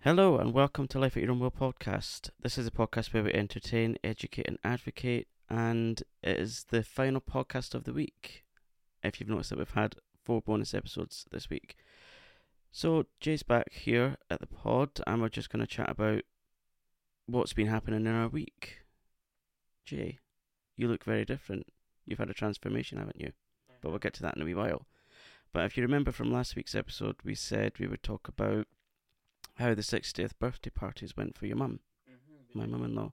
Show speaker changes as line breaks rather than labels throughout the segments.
Hello and welcome to Life at Your Own Will podcast. This is a podcast where we entertain, educate, and advocate, and it is the final podcast of the week. If you've noticed that we've had four bonus episodes this week. So, Jay's back here at the pod, and we're just going to chat about what's been happening in our week. Jay, you look very different. You've had a transformation, haven't you? But we'll get to that in a wee while. But if you remember from last week's episode, we said we would talk about how the 60th birthday parties went for your mum,
Mm-hmm.
my mum in law.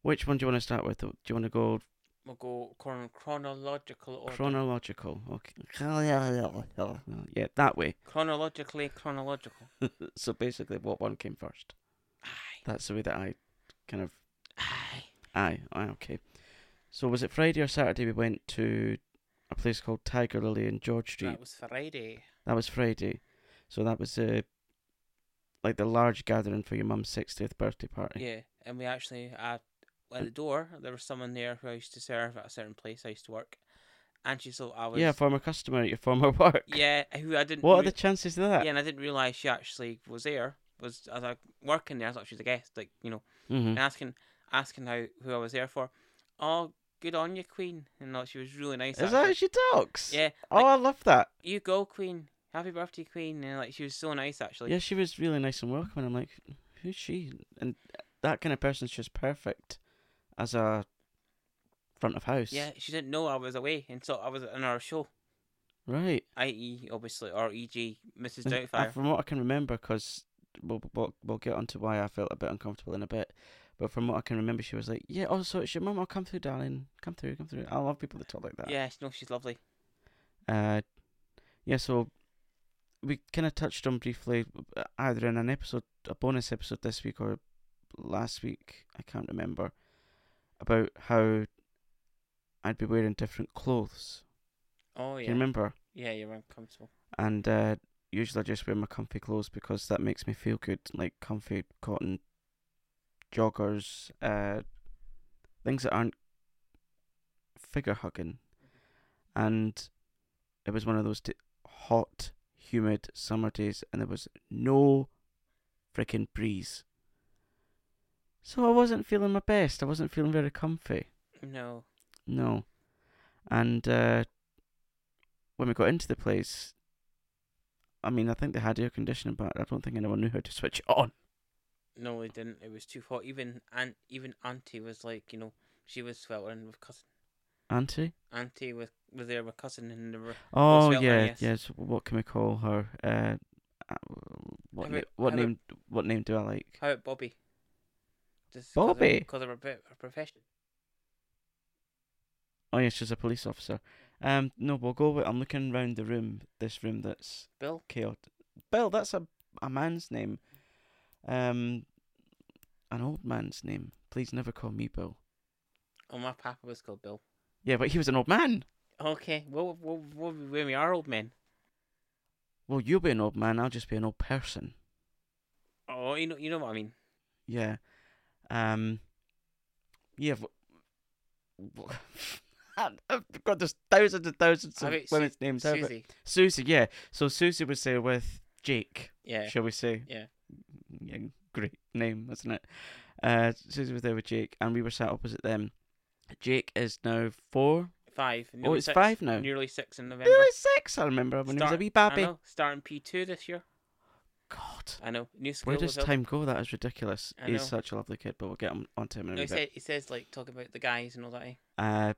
Which one do you want to start with? Do you want to go
We'll go chron- chronological order.
chronological? Okay. Uh, Yeah, that way.
Chronologically chronological.
So basically, what one came first?
Aye.
That's the way that I kind of.
Aye.
Aye, aye, okay. So was it Friday or Saturday we went to a place called Tiger Lily in George Street?
That was Friday.
That was Friday. So that was uh, like the large gathering for your mum's 60th birthday party.
Yeah. And we actually, at, at the door, there was someone there who I used to serve at a certain place I used to work. And she saw I was.
Yeah, former customer at your former work.
Yeah, who I didn't.
What are
rea-
the chances of that?
Yeah, and I didn't realise she actually was there. Was as I working there, I thought she was a guest, like you know,
Mm-hmm.
and asking asking how who I was there for. Oh, good on you, Queen, and like, she was really nice.
Is that how
actually.
she talks?
Yeah,
Oh, I love that.
you go, Queen. Happy birthday, Queen. And like she was so nice, actually.
yeah, she was really nice and welcoming. I'm like, who's she? And that kind of person's just perfect as a front of house.
Yeah, she didn't know I was away until I was in our show,
Right.
i.e., obviously, or e.g., Mrs.
And, uh,
Doubtfire.
From what I can remember, because we'll, we'll, we'll get onto why I felt a bit uncomfortable in a bit. But from what I can remember, she was like, "Yeah, oh, so it's your mum. I'll come through, darling. Come through, come through." I love people that talk like that.
Yeah, no, she's lovely.
Uh, yeah. So we kind of touched on briefly, uh, either in an episode, a bonus episode this week or last week. I can't remember about how I'd be wearing different clothes.
Oh,
Do
yeah.
you remember?
Yeah, you're uncomfortable.
and uh, usually I just wear my comfy clothes because that makes me feel good, like comfy cotton joggers, uh, things that aren't figure hugging. And it was one of those t- hot, humid summer days, and there was no freaking breeze. So I wasn't feeling my best. I wasn't feeling very comfy.
No.
No. And uh, when we got into the place, I mean, I think they had air conditioning, but I don't think anyone knew how to switch it on.
No, it didn't. It was too hot. Even aunt, even Auntie was like, you know, she was sweltering with cousin.
Auntie?
Auntie was was there with cousin and they were
Oh,
Svelte,
yeah,
yes.
yes. What can we call her? Uh, uh, what
How
na-
about-
what
how about-
name? What name do I like?
how about Bobby? Just 'cause of-
Bobby?
because of her, bit- her profession.
Oh, yeah, she's a police officer. Um, no, we'll go with. I'm looking round the room. This room that's
Bill.
chaotic. Bill, that's a a man's name. Um, an old man's name. Please never call me Bill.
Oh, my papa was called Bill.
Yeah, but he was an old man.
Okay, well, well, well when we are old men.
Well, you'll be an old man, I'll just be an old person.
Oh, you know, you know what I mean.
Yeah. Um. Yeah. w- I've got there's thousands and thousands
How
of
about Su-
women's names. how about-
Susie.
Susie, yeah. So Susie was there with Jake,
Yeah.
shall we say?
Yeah.
Yeah, great name, isn't it? Uh, Susie was there with Jake, and we were sat opposite them. Jake is now four.
Five.
oh,
nearly
it's
six-
five now.
Nearly six in November.
He was six. I remember when he was a
Start-
wee
I
baby.
know. Starting P two this year.
God,
I know. New school.
where does
was up.
time go? That is ridiculous.
I
He's
know.
such a lovely kid, but we'll get on onto him in a
No, he
wee bit.
said he says like talking about the guys and all that. Eh?
Uh,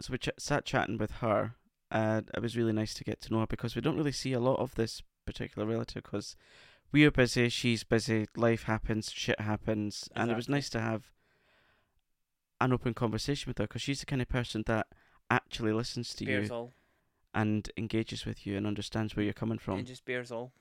so we ch- sat chatting with her. Uh, it was really nice to get to know her because we don't really see a lot of this particular relative because we are busy, she's busy, life happens, shit happens, and it was
Exactly.
nice to have an open conversation with her because she's the kind of person that actually listens to
Bears
you
all
and engages with you and understands where you're coming from.
and just bears all.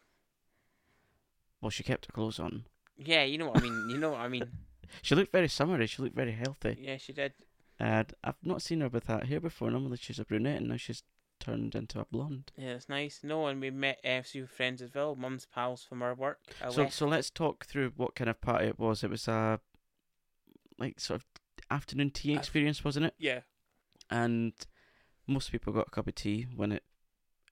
Well, she kept her clothes on.
Yeah, you know what I mean. You know what I mean.
She looked very summery. She looked very healthy.
Yeah, she did.
And I've not seen her with that hair before. Normally she's a brunette, and now she's turned into a blonde.
Yeah, it's nice. No, and we met a few friends as well. Mum's pals from our work. I
So
left.
so let's talk through what kind of party it was. It was a like sort of afternoon tea
Af-
experience, wasn't it?
yeah,
And most people got a cup of tea when it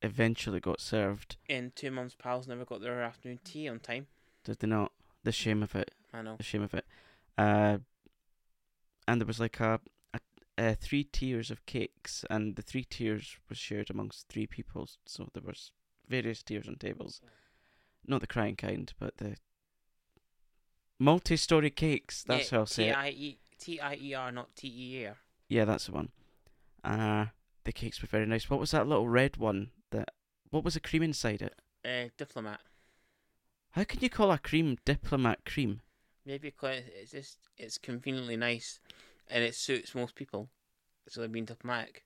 eventually got served.
And two mum's pals never got their afternoon tea on time.
Did they not? The shame of it.
I know.
The shame of it. Uh, and there was like a, a, a three tiers of cakes, and the three tiers was shared amongst three people. So there was various tiers on tables. Not the crying kind, but the multi-story cakes. That's how I'll say it.
T-I-E- T-I-E-R, E not T-E-A-R.
Yeah, that's the one. Uh the cakes were very nice. What was that little red one that what was the cream inside it?
Uh, diplomat.
How can you call a cream diplomat cream?
Maybe because it's just it's conveniently nice, and it suits most people. So they're being diplomatic.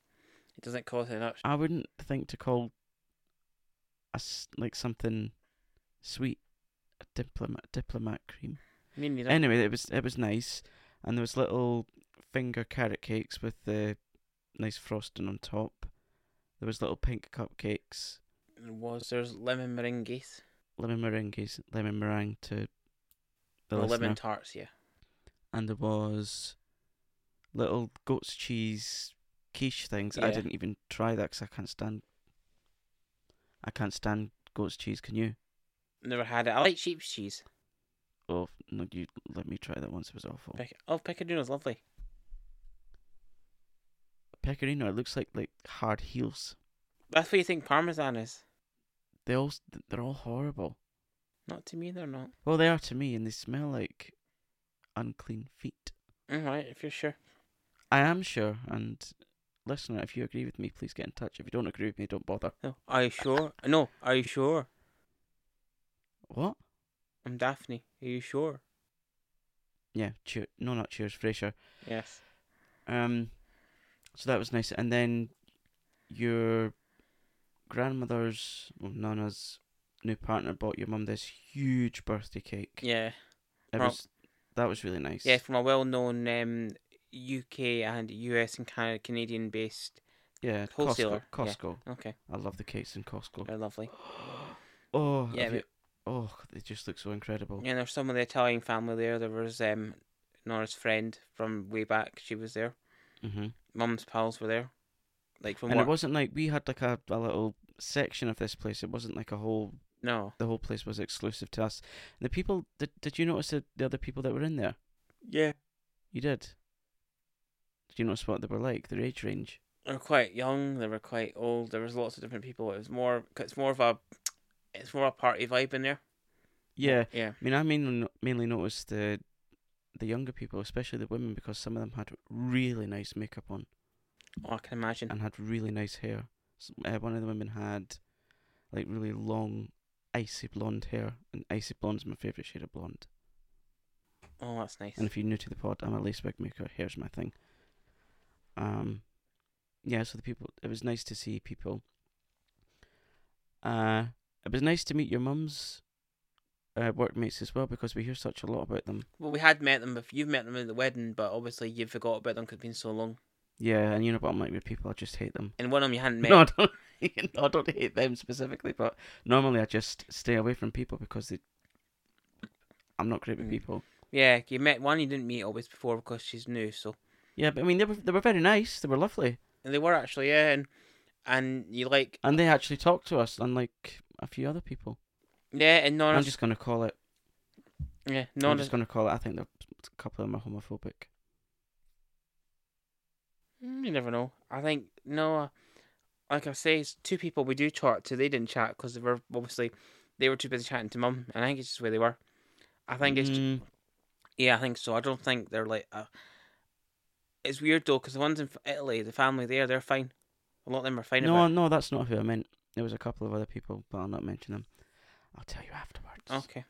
It doesn't cause an upset.
I wouldn't think to call a s- like something sweet a diplomat diplomat cream.
Me neither.
Anyway, it was it was nice, and there was little finger carrot cakes with the nice frosting on top. There was little pink cupcakes,
There was there's lemon meringues,
lemon meringues, lemon meringue to the
or
listener.
lemon tarts. Yeah,
and there was little goat's cheese quiche things. I
Yeah.
didn't even try that 'cause I can't stand. I can't stand goat's cheese. Can you?
never had it. I like sheep's cheese.
Oh no, you let me try that once. It was awful.
Pic- oh, picadino's lovely.
Pecorino. It looks like like hard heels.
That's what you think parmesan is.
They all s- they're all horrible.
Not to me, they're not.
Well, they are to me, and they smell like unclean feet.
All right, if you're sure.
I am sure, and listener, if you agree with me, please get in touch. If you don't agree with me, don't bother.
No, are you sure? No, are you sure?
What?
I'm Daphne. Are you sure?
Yeah, cheer. No, not cheers, Frasier.
Yes.
Um, so that was nice. And then your grandmother's, well, Nana's new partner bought your mum this huge birthday cake.
Yeah.
It
well-
was, that was really nice.
Yeah, from a well-known um, UK and US and Canada, Canadian-based.
yeah. Costco.
Wholesaler, yeah.
Costco.
Okay,
I love the cakes in Costco.
they're lovely.
Oh,
Yeah,
have
but-
you- oh, they just look so incredible.
And there's some of the Italian family there. There was um, Nora's friend from way back. She was there.
hmm
Mum's pals were there, like from
And it
work.
wasn't like we had like a, a little section of this place. It wasn't like a whole.
no.
The whole place was exclusive to us. The people. Did Did you notice the, the other people that were in there?
Yeah.
You did. Did you notice what they were like? Their age range.
They were quite young. They were quite old. There was lots of different people. It was more. It's more of a. It's more a party vibe in there.
Yeah,
Yeah.
I mean, I mainly mainly noticed the the younger people, especially the women, because some of them had really nice makeup on
Oh, I can imagine.
and had really nice hair. S uh, one of the women had like really long, icy blonde hair, and icy blonde's my favorite shade of blonde.
Oh, that's nice.
And if you're new to the pod, I'm a lace wig maker. Hair's my thing. Um, yeah. So the people, it was nice to see people. Uh, it was nice to meet your mum's uh, workmates as well because we hear such a lot about them.
Well, we had met them. If you've met them at the wedding, but obviously you forgot about them 'cause it's been so long.
Yeah, and you know what I'm like with people. I just hate them.
And one of them you hadn't met.
No, I don't. no, I don't hate them specifically, but normally I just stay away from people because they. I'm not great with
Mm.
people.
Yeah, you met one you didn't meet always before because she's new. So
Yeah, but I mean they were they were very nice. They were lovely,
and they were actually yeah, and and you like
and they actually talked to us, unlike a few other people.
yeah, and
I'm
Nora's
just gonna call it.
yeah,
I'm
Nora's
just going to call it. I think they're- a couple of them are homophobic.
Mm, You never know. I think no, uh, like I say, it's two people we do chat to. They didn't chat because they were obviously they were too busy chatting to mum, and I think it's just where they were. I think it's ju-
Mm,
yeah, I think so. I don't think they're like. Uh, it's weird though, because the ones in F- Italy, the family there, they're fine. A lot of them are fine.
no,
about
no, that's not who I meant. There was a couple of other people, but I'll not mention them. I'll tell you afterwards.
it. Okay.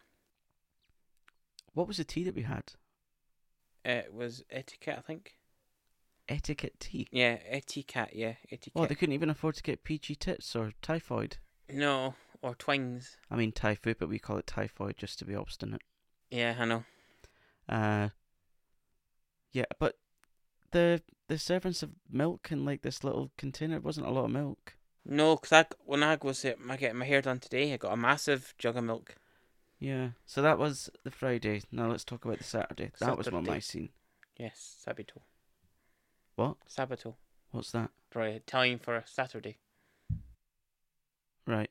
What was the tea that we had?
It was etiquette, I think.
Etiquette tea.
Yeah, etiquette. Yeah, etiquette.
Oh, they couldn't even afford to get PG tits or typhoid.
No, or twings.
I mean typhoid, but we call it typhoid just to be obstinate.
Yeah, I know.
Uh, yeah, but the the servants of milk in like this little container it wasn't a lot of milk.
No, because I, when I was uh, my getting my hair done today, I got a massive jug of milk.
Yeah, so that was the Friday. Now let's talk about the Saturday. That was one
Saturday.
I seen.
Yes, Sabito.
What?
Sabato.
What's that?
Probably Italian for a Saturday.
Right.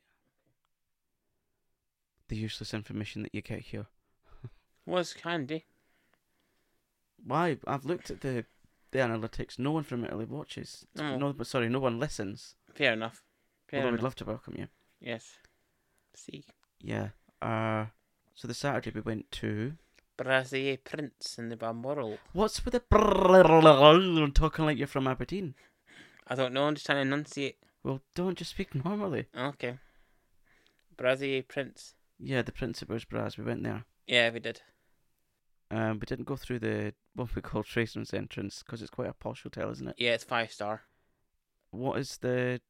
The useless information that you get here.
Was handy.
Why? I've looked at the the analytics. No one from Italy watches.
No.
No, but sorry, no one listens.
Fair enough. Fair
although
enough.
we'd love to welcome you.
yes. See,
Yeah. Uh, so the Saturday we went to.
Brazier Prince in the Balmoral.
What's with the talking like you're from Aberdeen?
I don't know. I'm just trying to enunciate.
Well, don't just speak normally.
Okay. Brazier Prince.
Yeah, the Principal's Brass. We went there.
Yeah, we did.
Um, we didn't go through the what we call tradesman's entrance because it's quite a posh hotel, isn't it?
Yeah, it's five star.
What is the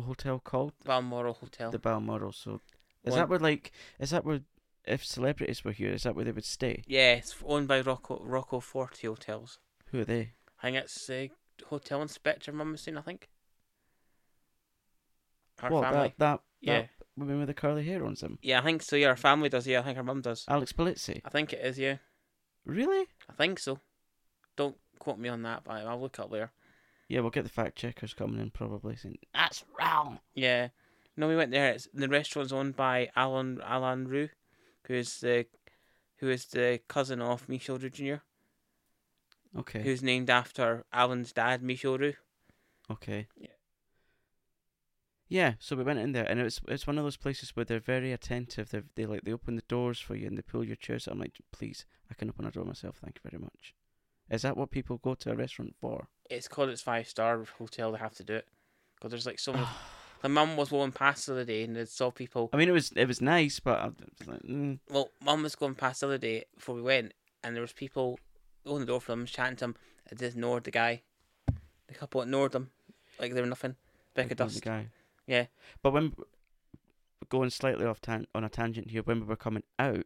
hotel called?
Balmoral Hotel.
The Balmoral. So is
One-
that where like is that where if celebrities were here, is that where they would stay?
Yeah, it's owned by Rocco Rocco Forte Hotels.
Who are they?
I think it's the hotel inspector mum was saying, I think. Her
what
family.
that that
yeah.
that woman with the curly hair owns them?
Yeah, I think so, yeah, her family does, yeah, I think her mum does.
Alex Polizzi.
I think it is, yeah.
Really?
I think so. Don't quote me on that, but I'll look up later.
Yeah, we'll get the fact checkers coming in probably saying that's wrong.
Yeah. No, we went there. It's the restaurant's owned by Alan Alan Rue, who's the who is the cousin of Michel Rue Jr.,
Okay.
who's named after Alan's dad, Michel Rue.
Okay.
Yeah.
Yeah, so we went in there, and it's it's one of those places where they're very attentive. They they like they open the doors for you and they pull your chairs. I'm like, please, I can open a door myself. Thank you very much. Is that what people go to a restaurant for?
It's called its five star hotel, they have to do it. Because there's like so many. My mum was going past the other day and they saw people
I mean, it was it was nice, but I was like, mm,
Well, mum was going past the other day before we went, and there was people on the door for them, chatting to him. I just ignored the guy. The couple ignored them, like they were nothing. Speck
like,
of
not the
dust.
guy.
Yeah.
But when going slightly off tan- on a tangent here, when we were coming out,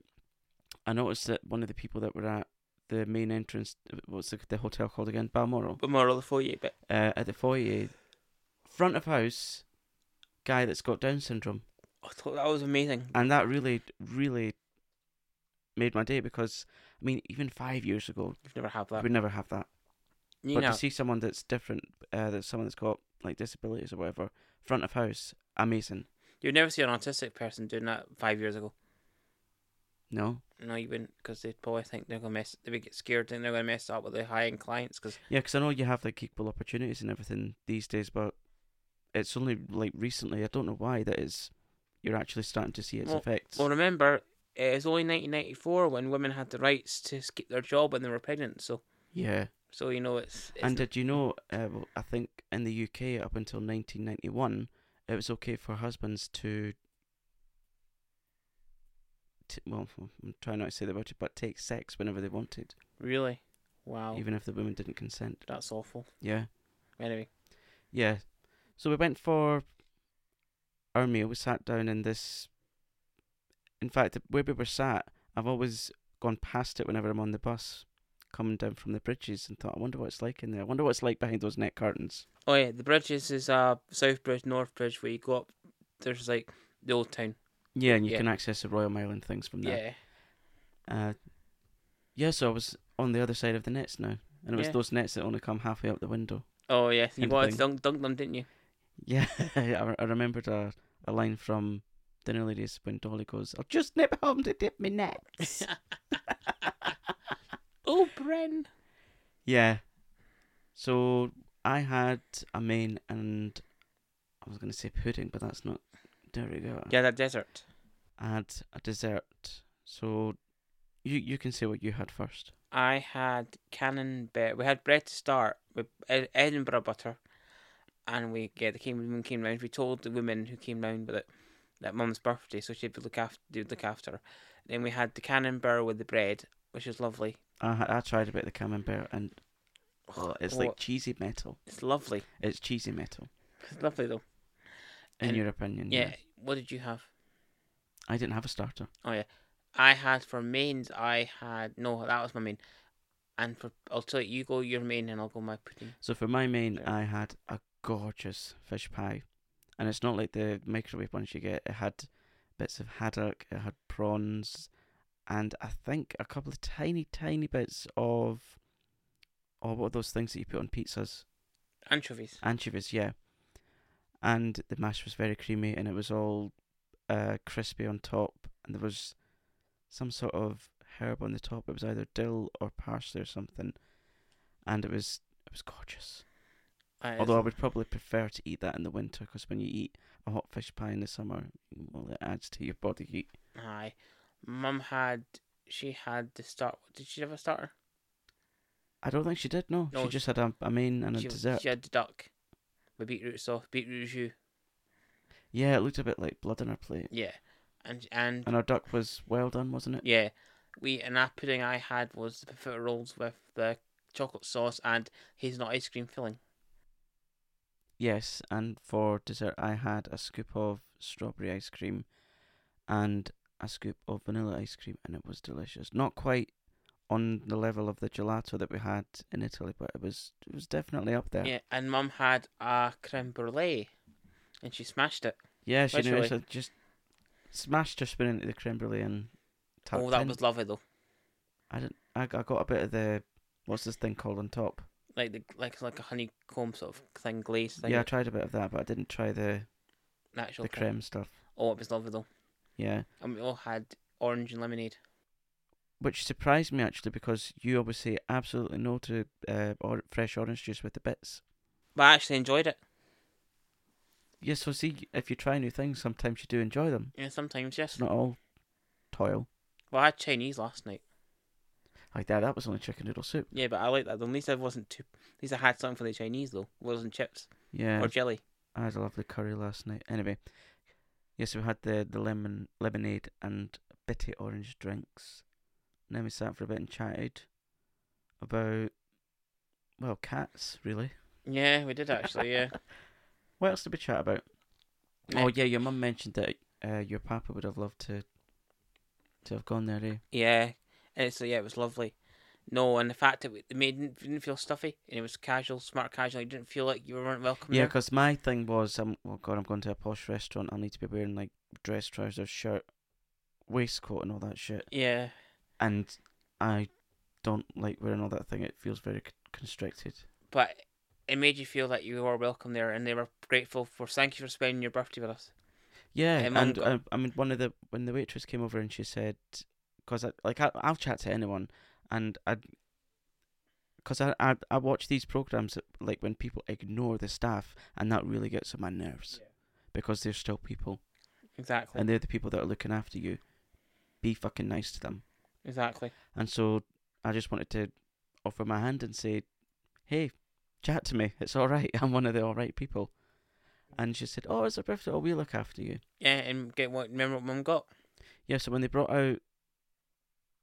I noticed that one of the people that were at the main entrance, what's the, the hotel called again? Balmoral.
But more of the foyer bit.
uh, at the foyer, front of house guy that's got Down syndrome,
I thought that was amazing.
and that really, really made my day because I mean, even five years ago,
You've never had
we
that.
would never have that.
You
but
know,
to see someone that's different, uh, that's someone that's got like disabilities or whatever, front of house, amazing.
you'd never see an autistic person doing that five years ago.
No,
No, you wouldn't, because they'd probably think they're gonna mess. They would get scared, think they're gonna mess up with their high end clients. Because
yeah, because I know you have like equal opportunities and everything these days, but it's only like recently. I don't know why that is. You're actually starting to see its
Well-
effects.
well, remember, it was only 1994 when women had the rights to keep their job when they were pregnant. So,
yeah.
so you know, it's, it's
And did you know? Uh, well, I think in the UK up until 1991, it was okay for husbands to, t- well, I'm trying not to say the word, but take sex whenever they wanted,
really wow.
even if the women didn't consent.
That's awful.
Yeah,
Anyway,
yeah. So we went for our meal. We sat down in this. In fact, where we were sat, I've always gone past it whenever I'm on the bus, coming down from the bridges, and thought, I wonder what it's like in there. I wonder what it's like behind those net curtains.
oh yeah, the bridges is uh South Bridge, North Bridge, where you go up. There's like the old town.
Yeah, and you
Yeah.
can access the Royal Mail and things from there.
Yeah,
Yeah. Uh, yeah, so I was on the other side of the nets now, and it was
Yeah.
those nets that only come halfway up the window.
oh yeah, you
Kind of
wanted to
thing.
dunk, dunk them, didn't you?
Yeah, I, I remembered a, a line from Dinner Ladies when Dolly goes, "I'll just nip home to dip me nets."
Oh, Bren.
yeah. So I had a main, and I was going to say pudding, but that's not. There we go.
Yeah, that desert.
I had a dessert. So you you can say what you had first.
I had cannon bread. We had bread to start with Ed- Edinburgh butter, and we yeah, the came women came round. We told the women who came round with it that mum's birthday, so she'd be look after, do look after. her. Then we had the cannon bread with the bread, which is lovely.
I ha- I tried a bit of the camembert and oh, it's
Oh,
like cheesy metal.
it's lovely.
It's cheesy metal.
It's lovely though.
In
And-
your opinion, yeah.
Yeah. What did you have?
I didn't have a starter.
I had for mains. I had no. That was my main. And for I'll tell you, you go your main, and I'll go my pudding.
So for my main,
Yeah.
I had a gorgeous fish pie, and it's not like the microwave ones you get. It had bits of haddock, it had prawns, and I think a couple of tiny, tiny bits of oh, what are those things that you put on pizzas?
Anchovies.
Anchovies, yeah. and the mash was very creamy and it was all uh, crispy on top and there was some sort of herb on the top. It was either dill or parsley or something, and it was it was gorgeous.
That is-
Although I would probably prefer to eat that in the winter because when you eat a hot fish pie in the summer, well, it adds to your body heat.
aye, mum had she had the start. Did she have a starter?
I don't think she did. No,
No,
she just had a, a main and a
she,
dessert.
she had the duck with beetroot sauce, beetroot jus.
Yeah, it looked a bit like blood on her plate.
Yeah, and and
And her duck was well done, wasn't it?
yeah, we and that pudding I had was the potato rolls with the chocolate sauce and hazelnut ice cream filling.
Yes. And for dessert, I had a scoop of strawberry ice cream and a scoop of vanilla ice cream, and it was delicious. Not quite on the level of the gelato that we had in Italy, but it was it was definitely up there.
Yeah, and mum had a creme brulee, and she smashed it.
Yeah, she knew.
Literally.
it, So just smashed her spoon into the creme brulee and tucked
oh, that
in.
was lovely though.
I didn't. I, I got a bit of the what's this thing called on top.
Like the like like a honeycomb sort of thing glaze thing.
yeah, I tried a bit of that, but I didn't try the
natural
the
thing.
creme stuff.
Oh, it was lovely though.
Yeah,
And we all had orange and lemonade.
which surprised me actually because you always say absolutely no to uh, or fresh orange juice with the bits.
But I actually enjoyed it.
Yeah, so see if you try new things, sometimes you do enjoy them.
Yeah, sometimes yes.
It's not all toil
Well, I had Chinese last night.
like that. That was only chicken noodle soup.
Yeah, but I like that. though. At least I wasn't too. At least I had something for the Chinese though. It wasn't chips
Yeah,
or jelly.
I had a lovely curry last night. Anyway, yes, we had the, the lemon lemonade and bitty orange drinks. And then we sat for a bit and chatted about well, cats really.
Yeah, we did actually. Yeah.
What else did we chat about?
Yeah.
Oh yeah, your mum mentioned that uh, your papa would have loved to to have gone there. Eh?
Yeah, and so yeah, it was lovely. No, and the fact that it made it didn't feel stuffy and it was casual, smart casual. You didn't feel like you weren't welcome.
Yeah,
there.
because my thing was, um, oh god, I'm going to a posh restaurant. I need to be wearing like dress trousers, shirt, waistcoat, and all that shit.
yeah,
and I don't like wearing all that thing. It feels very c- constricted.
but it made you feel like you were welcome there, and they were grateful for. Thank you for spending your birthday with us.
Yeah,
Yeah, mum
and
got-
uh, I mean, one of the when the waitress came over and she said, "Cause I like I, I'll chat to anyone, and I, cause I I, I watch these programs that, like when people ignore the staff, and that really gets on my nerves, because they're still people,
Exactly.
and they're the people that are looking after you. Be fucking nice to them.
exactly.
And so I just wanted to offer my hand and say, hey, chat to me. It's all right. I'm one of the all right people. And she said, oh, it's a birthday. Oh, we look after you.
Yeah, and get what remember what mum got.
Yeah, so when they brought out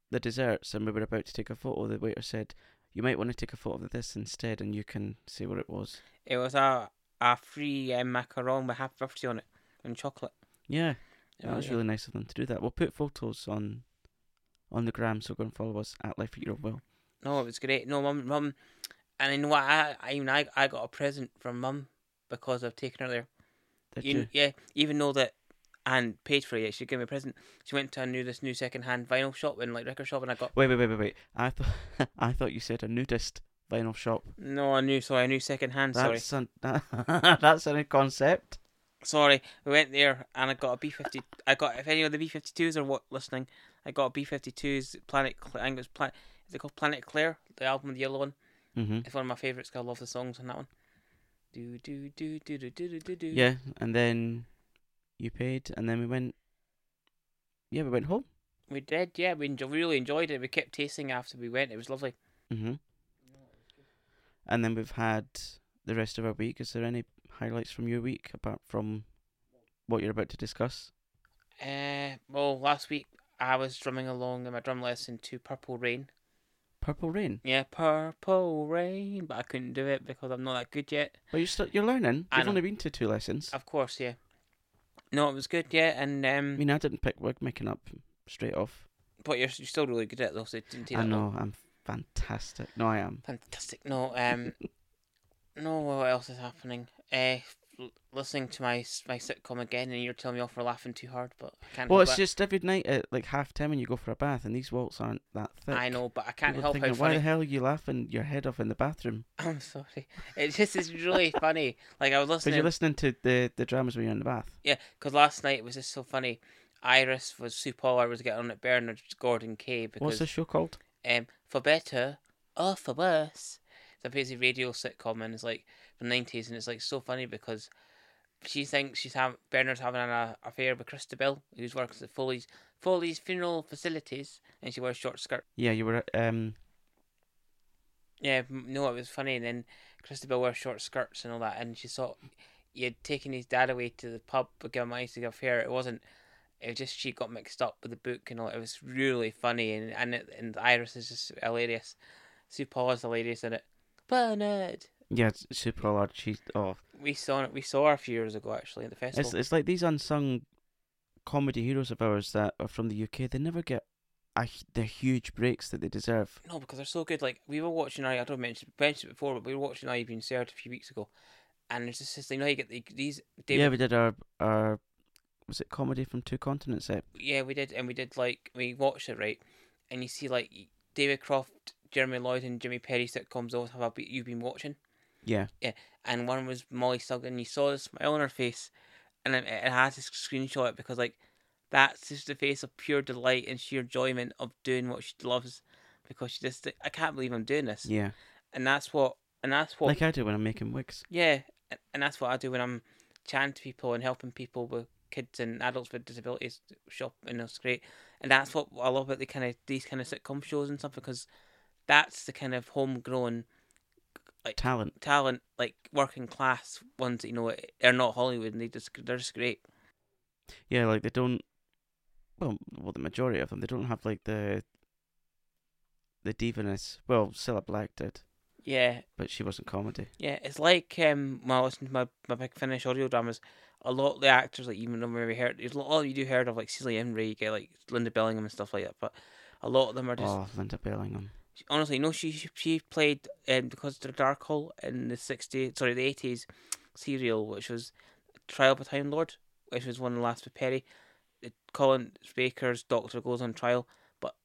the desserts and we were about to take a photo, the waiter said, you might want to take a photo of this instead and you can see what it was.
It was a a free uh, macaron with happy birthday on it and chocolate.
Yeah,
It
that was really nice of them to do that. We'll put photos on on the gram, so go and follow us at Life at Your Own Will.
No, it was great. No, mum, mum, and you know what? I, I even I, I got a present from mum because I've taken her there.
Did
You-
you?
Yeah, even though that and paid for it, yet, she gave me a present. She went to a new this new second hand vinyl shop and like record shop, and I got
Wait, wait, wait, wait, wait. I thought I thought you said a nudist vinyl shop.
no, a new sorry, a new second hand. Sorry,
That's an that's a new concept.
sorry. We went there and I got a B fifty. I got if any of the B fifty twos are what listening, I got a B fifty twos Planet. Cl- I think it was Planet. Is it called Planet Claire? The album, the yellow one.
Mm-hmm.
It's one of my favorites. 'cause I love the songs on that one. Do do do do do do do do do.
Yeah, and then you paid, and then we went. Yeah, we went home.
We did, yeah. We enjo- really enjoyed it. We kept tasting after we went. It was lovely.
Mm-hmm. And then we've had the rest of our week. Is there any highlights from your week apart from what you're about to discuss?
Uh, well, last week I was drumming along in my drum lesson to Purple Rain.
Purple Rain.
Yeah, Purple Rain, but I couldn't do it because I'm not that good yet.
But you're still you're learning.
I
You've
know.
only been to two lessons.
Of course, yeah. No, it was good, yeah, and
I
um,
mean, I didn't pick wig making up straight off.
but you're, you're still really good at it though, so it didn't take
I
that long.
know I'm fantastic. No, I am.
Fantastic. No, um, no. What else is happening? Uh, l- listening to my s- my sitcom again, and you're telling me off for laughing too hard. But I can't.
Well,
help
it's
it.
just every night at like half ten when you go for a bath, and these waltz aren't that thick.
I know, but I can't
People are
help how
thinking, Why
funny.
the hell are you laughing your head off in the bathroom?
I'm sorry. It just is really funny. Like I was
Because
listening.
you're listening to the the dramas when you're in the bath.
Yeah, because last night it was just so funny. Iris was Sue Pollard was getting on at Bernard Gordon Kay
What's
because
the show called?
um for better or for worse. It's a basically radio sitcom and it's like the nineties and it's like so funny because she thinks she's having Bernard's having an uh, affair with Christabel, who's works at Foley's Foley's funeral facilities, and she wears short skirt.
Yeah, you were um
Yeah, m- no, it was funny. And then Christabel wears short skirts and all that, and she thought he had taken his dad away to the pub but give him ice to give her. It wasn't. It was just she got mixed up with the book and all. It was really funny, and and it, and Iris is just hilarious. Sue Paul is hilarious in it. Bernard,
yeah, it's super large. She's oh,
we saw we saw her a few years ago actually at the festival.
it's it's like these unsung comedy heroes of ours that are from the UK. They never get a, h- the huge breaks that they deserve.
No, because they're so good. Like we were watching, I don't mention mentioned it before, but we were watching Ivy and Sarah a few weeks ago, and it's just this thing. You know, how you get the, these. David
Yeah, we did our our was it comedy from two continents? Uh, Ep?
Yeah, we did, and we did like we watched it right, and you see like David Croft, Jeremy Lloyd, and Jimmy Perry sitcoms always have a bit you've been watching,
Yeah,
and one was Molly Sugg, and you saw the smile on her face, and it, it has this screenshot because like that's just the face of pure delight and sheer enjoyment of doing what she loves, because she just I can't believe I'm doing this,
yeah.
and that's what and that's what
Like I do when I'm making wigs.
yeah, a- and that's what I do when I'm chatting to people and helping people with kids and adults with disabilities shop, and it's great. And that's what I love about the kind of these kind of sitcom shows and stuff because that's the kind of homegrown
Talent.
talent, like working class ones that you know are not Hollywood and they just they're just great.
Yeah, like they don't. Well, well, the majority of them they don't have like the the diviness. Well, Cilla Black did,
Yeah,
but she wasn't comedy.
yeah. It's like um, when I listen to my my big Finnish audio dramas. A lot of the actors, like even though we heard, there's a lot you do heard of like Celia Imrie, you get like Linda Bellingham and stuff like that. But a lot of them are just
Oh, Linda Bellingham.
She- honestly, no, she she- she played um, because of the Dark Hole in the sixty, sorry, the eighties serial, which was Trial by Time Lord, which was one of the last with Perry. It, Colin Baker's Doctor goes on trial, but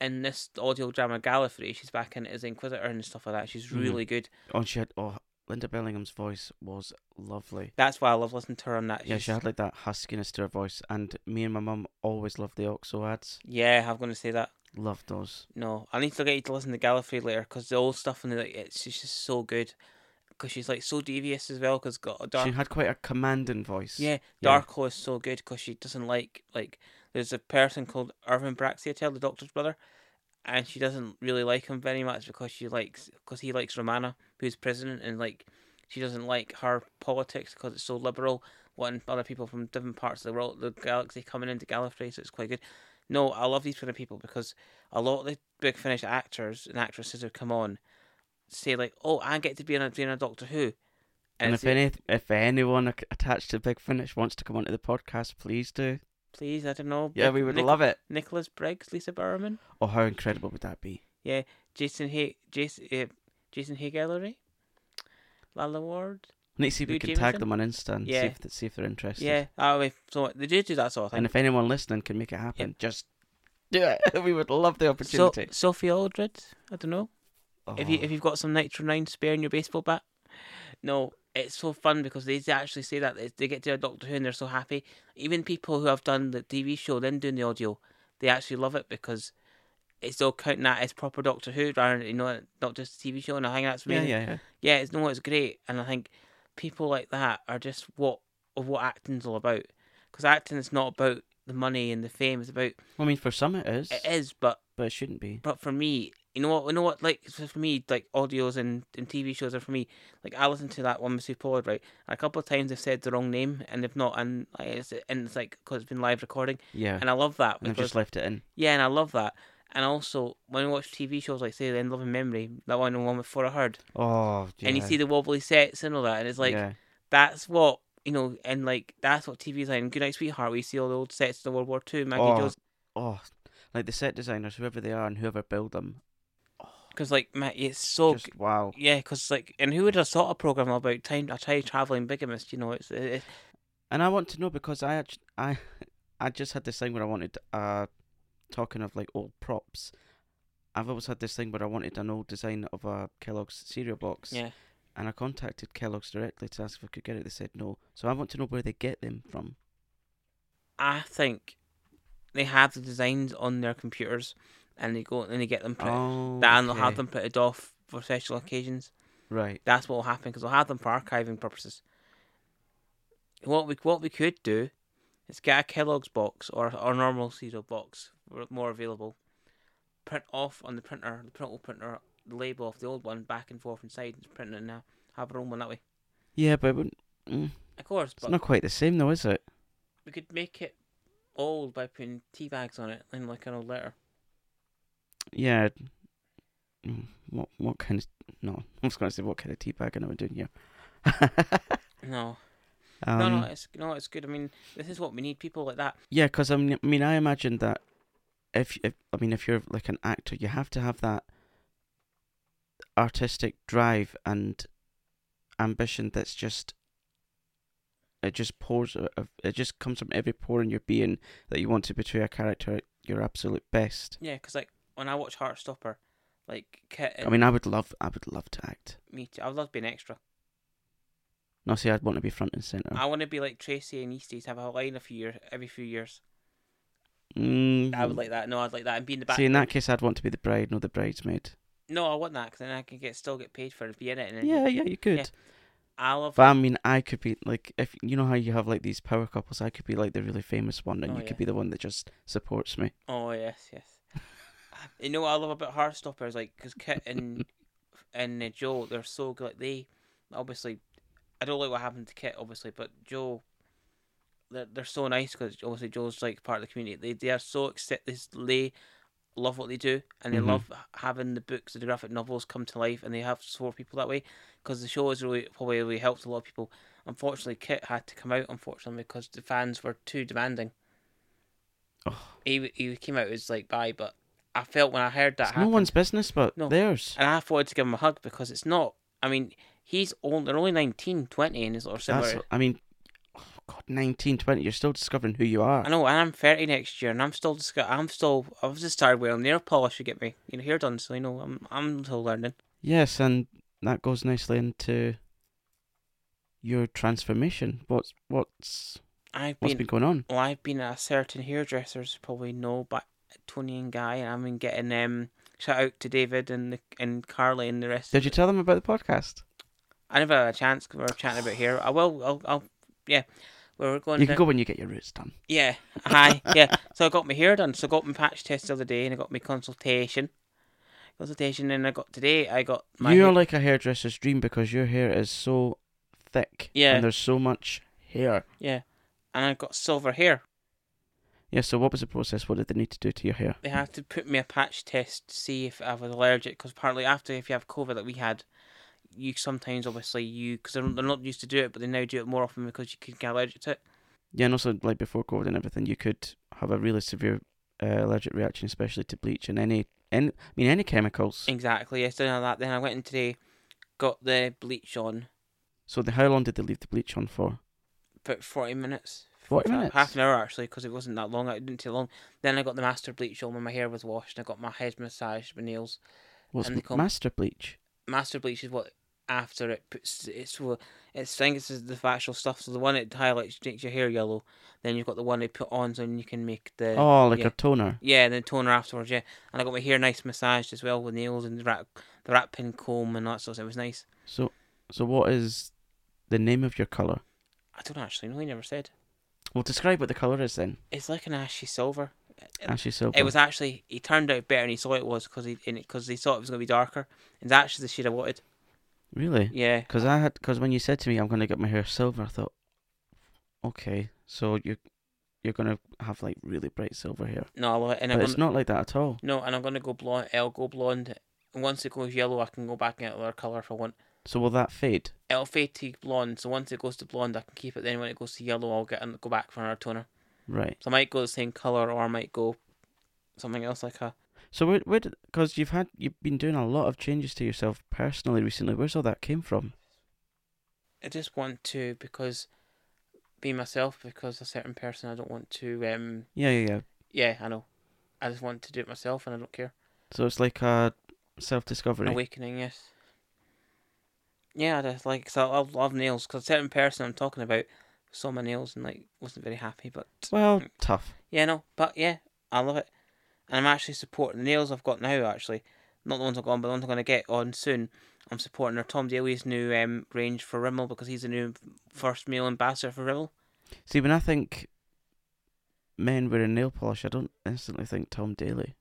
in this audio drama Gallifrey, she's back in it as Inquisitor and stuff like that. She's
Mhm.
really good.
Oh, she had. Oh, Linda Bellingham's voice was lovely.
That's why I love listening to her on that.
Yeah,
She's-
she had like that huskiness to her voice, and me and my mum always loved the Oxo ads.
yeah, I'm gonna say that.
Loved those.
No, I need to get you to listen to Gallifrey later because the old stuff and like it's she's just so good. Because she's like so devious as well. Because got a dark
She had quite a commanding voice.
Yeah,
Yeah.
Darko is so good because she doesn't like like. There's a person called Irvin Braxiatel, the Doctor's brother, and she doesn't really like him very much because she likes because he likes Romana, who's president, and like she doesn't like her politics because it's so liberal, wanting other people from different parts of the world, the galaxy, coming into Gallifrey, so it's quite good. No, I love these kind of people because a lot of the big Finnish actors and actresses who come on say like, "Oh, I get to be in a, being a Doctor Who,"
And
it's
if any, if anyone ac- attached to Big Finish wants to come onto the podcast, please do.
please, I don't know.
Yeah,
Nic-
we would
Nic-
love it.
Nicholas Briggs, Lisa Barrowman,
Oh, how incredible would that be?
Jason Hay, Jason, uh, Jason Hay Gallery, Lala Ward.
Let's see if we
Lou
can
Jameson?
tag them on Insta and
Yeah.
see if th- see if they're interested.
Yeah, oh, if- so they do do that sort of
And
thing.
if anyone listening can make it happen, just do it. we would love the
So,
opportunity.
Sophie Aldred, I don't know if you if you've got some nitro nine spare in your baseball bat. No, it's so fun because they actually say that they- they get to a Doctor Who and they're so happy. Even people who have done the TV show then doing the audio, they actually love it because it's all counting that as proper Doctor Who, rather than you know not just a TV show. And I think that's
yeah,
really
yeah, yeah.
yeah, it's no, it's great, and I think people like that are just what of what acting's all about. Because acting is not about the money and the fame; it's about
Well, I mean, for some it is,
it is, but
but it shouldn't be.
but for me, you know what, you know what, like so for me, like audios and, and TV shows are for me. Like I listened to that one with Superboard, right? And a couple of times they've said the wrong name, and they've not, and like, it's, and it's like because it's been live recording,
Yeah, and,
and I love that
I've
because
just left it in.
yeah, and I love that. And also, when I watch TV shows like say *The End of Memory*, that one, the one with Flora Hurd,
Oh, yeah.
and you see the wobbly sets and all that, and it's like,
yeah.
that's what you know, and like that's what TV's like. And Goodnight Sweetheart, we see all the old sets of World War Two, Maggie
Oh.
Joe's
oh, like the set designers, whoever they are, and whoever build them.
because like man, it's so
Just wow.
Yeah, because like, and who would have thought a program about time a time traveling bigamist? You know, it's it,
And I want to know because I actually, I I just had this thing where I wanted uh talking of like old props. I've always had this thing where I wanted an old design of a Kellogg's cereal box.
yeah.
And I contacted Kellogg's directly to ask if I could get it. They said no. So I want to know where they get them from.
I think they have the designs on their computers, and they go and they get them printed.
Oh,
and they'll have
okay.
them printed off for special occasions.
Right.
That's what will happen because they'll have them for archiving purposes. What we what we could do is get a Kellogg's box or or normal cereal box, where it's more available. Print off on the printer, the printable printer, the label of the old one back and forth inside, and print it now. Have our own one that way.
Yeah, but it wouldn't- mm,
Of course,
it's
but
not quite the same though, is it?
we could make it old by putting tea bags on it in like an old letter.
Yeah. Mm, What what kind of no? I was going to say what kind of tea bag I know I'm doing here.
No,
um,
no, no, it's no, it's good. I mean, this is what we need people like that.
Yeah, because I mean, I mean, I imagine that if, if I mean, if you're like an actor, you have to have that artistic drive and ambition that's just it just pours o- of it just comes from every pore in your being that you want to portray a character at your absolute best.
Yeah, because like when I watch Heartstopper, like Kit and
I mean, I would love, I would love to act.
me too. I love being extra.
No, see, I'd want to be front and center.
I want to be like Tracy and Easties, have a line a few years, every few years.
mm
I would like that. No, I'd like that, and be in the back.
See, in that case, I'd want to be the bride, not the bridesmaid.
no, I want that because then I can get still get paid for it, be in it, and then
Yeah, yeah, you could.
I love.
But I mean, I could be like, if you know how you have like these power couples, I could be like the really famous one, and
Oh,
you
yeah.
could be the one that just supports me.
Oh yes, yes. you know what I love about Heartstopper is like because Kit and and uh, Joe they're so good. Like they obviously, I don't like what happened to Kit obviously, but Joe, they're they're so nice because obviously Joe's like part of the community. They they are so accept they s- they love what they do and they
Mhm.
love having the books and the graphic novels come to life and they have support people that way because the show has really probably really helped a lot of people. Unfortunately, Kit had to come out unfortunately because the fans were too demanding
Oh,
he he came out as like bi, but I felt when I heard that
it's no
happen,
one's business but
No.
theirs.
and I half wanted to give him a hug because it's not. I mean, he's only they're only 19, 20 in his or
That's,
similar.
I mean, oh, God, 19, 20, you're still discovering who you are.
I know, and I'm thirty next year, and I'm still discu- I'm still I've just started wearing nail polish to get me you know hair done, so you know I'm I'm still learning.
Yes, and that goes nicely into your transformation. What's what's
I've
what's
been
been going on?
well, I've been at a certain hairdresser's probably know, but Tony and Guy, and I've been getting um shout out to David and the, and Carly and the rest.
Did
of
you tell them about the podcast?
I never had a chance 'cause we we're chatting about hair. I will. I'll. I'll yeah, we we're going.
You
down-
can go when you get your roots done.
Yeah, hi. Yeah, so I got my hair done. So I got my patch test the other day, and I got my consultation, consultation, and I got today. I got my.
You're
hair-
like a hairdresser's dream because your hair is so thick.
Yeah.
And there's so much hair.
yeah, and I got silver hair.
Yeah, so what was the process? What did they need to do to your hair?
They had to put me a patch test to see if I was allergic, because partly after if you have COVID that we had, you sometimes obviously you because they're, they're not used to do it, but they now do it more often because you can get allergic to it.
Yeah, and also like before COVID and everything, you could have a really severe uh, allergic reaction, especially to bleach and any, any I mean any chemicals.
Exactly. Yes, done all that. Then I went in today, got the bleach on,
So the, how long did they leave the bleach on for?
about forty minutes.
Forty
for
minutes.
Half an hour actually, because it wasn't that long. It didn't take long. Then I got the master bleach on when my hair was washed. And I got my head massaged, my nails.
What's
and they
m-
call-
master bleach?
Master bleach is what after it puts it's well, it's I think it's the factual stuff. So the one it highlights makes your hair yellow. Then you've got the one they put on, so you can make the
oh, like
yeah.
a toner.
yeah, and then toner afterwards. Yeah, and I got my hair nice massaged as well with nails and the rat the rat pin comb and that sort of. Stuff. It was nice.
So so what is the name of your color?
I don't actually know. He never said.
Well, describe what the color is then.
It's like an ashy silver.
Ashy silver.
It was actually he turned out better than he thought it was because he because he thought it was gonna be darker. It's actually the shade I wanted.
really
Yeah,
because I had because when you said to me I'm gonna get my hair silver, I thought, okay, so you you're gonna have like really bright silver hair,
no, I love it. and I'm
but
gonna,
it's not like that at all.
no, and I'm gonna go blonde. I'll go blonde. And once it goes yellow, I can go back into other color if I want.
So will that fade?
It'll fade to blonde. So once it goes to blonde, I can keep it. Then when it goes to yellow, I'll get and go back for another toner.
Right.
So I might go the same color, or I might go something else like a
So where where because you've had you've been doing a lot of changes to yourself personally recently. Where's all that came from?
I just want to because be myself because a certain person I don't want to um
Yeah, yeah, yeah.
yeah, I know. I just want to do it myself and I don't care.
So it's like a self discovery.
Awakening, yes. Yeah, I just like 'cause I love, love nails because a certain person I'm talking about saw my nails and like wasn't very happy, but
Well, tough.
yeah, no, but yeah, I love it, and I'm actually supporting the nails I've got now. Actually, not the ones I've got, on, but the ones I'm gonna get on soon. I'm supporting their Tom Daly's new um, range for Rimmel because he's the new first male ambassador for Rimmel.
See, when I think men wearing nail polish, I don't instantly think Tom Daly.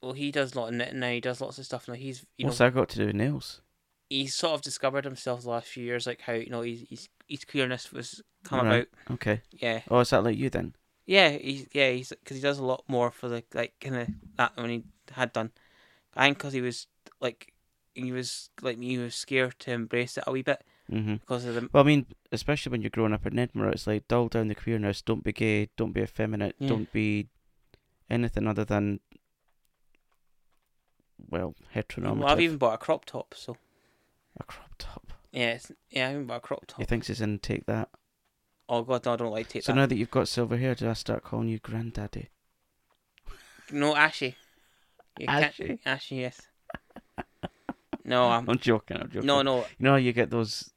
Well, he does a lot of knitting now. He does lots of stuff now. He's you know
What's that got to do with nails?
he's sort of discovered himself the last few years, like how you know he's he's, he's queerness was come
Right.
about.
Okay.
Yeah,
Oh, is that like you then?
yeah, he's yeah he's because he does a lot more for the like kind of that when he had done. I think because he was like he was like me, he was scared to embrace it a wee bit
Mm-hmm.
because of the
Well, I mean, especially when you're growing up in Edinburgh, it's like dull down the queerness. Don't be gay. Don't be effeminate.
Yeah.
Don't be anything other than well heteronormative.
well, I've even bought a crop top, so
A crop top.
yeah, it's, yeah, I haven't bought a crop top.
He thinks he's in. Take that.
Oh god, no, I don't like take
so
that.
now that you've got silver hair, do I start calling you granddaddy?
No, Ashy. You can't-
Ashy?
Ashy, yes. No, I'm
I'm joking. I'm joking.
no, no.
You know, how you get those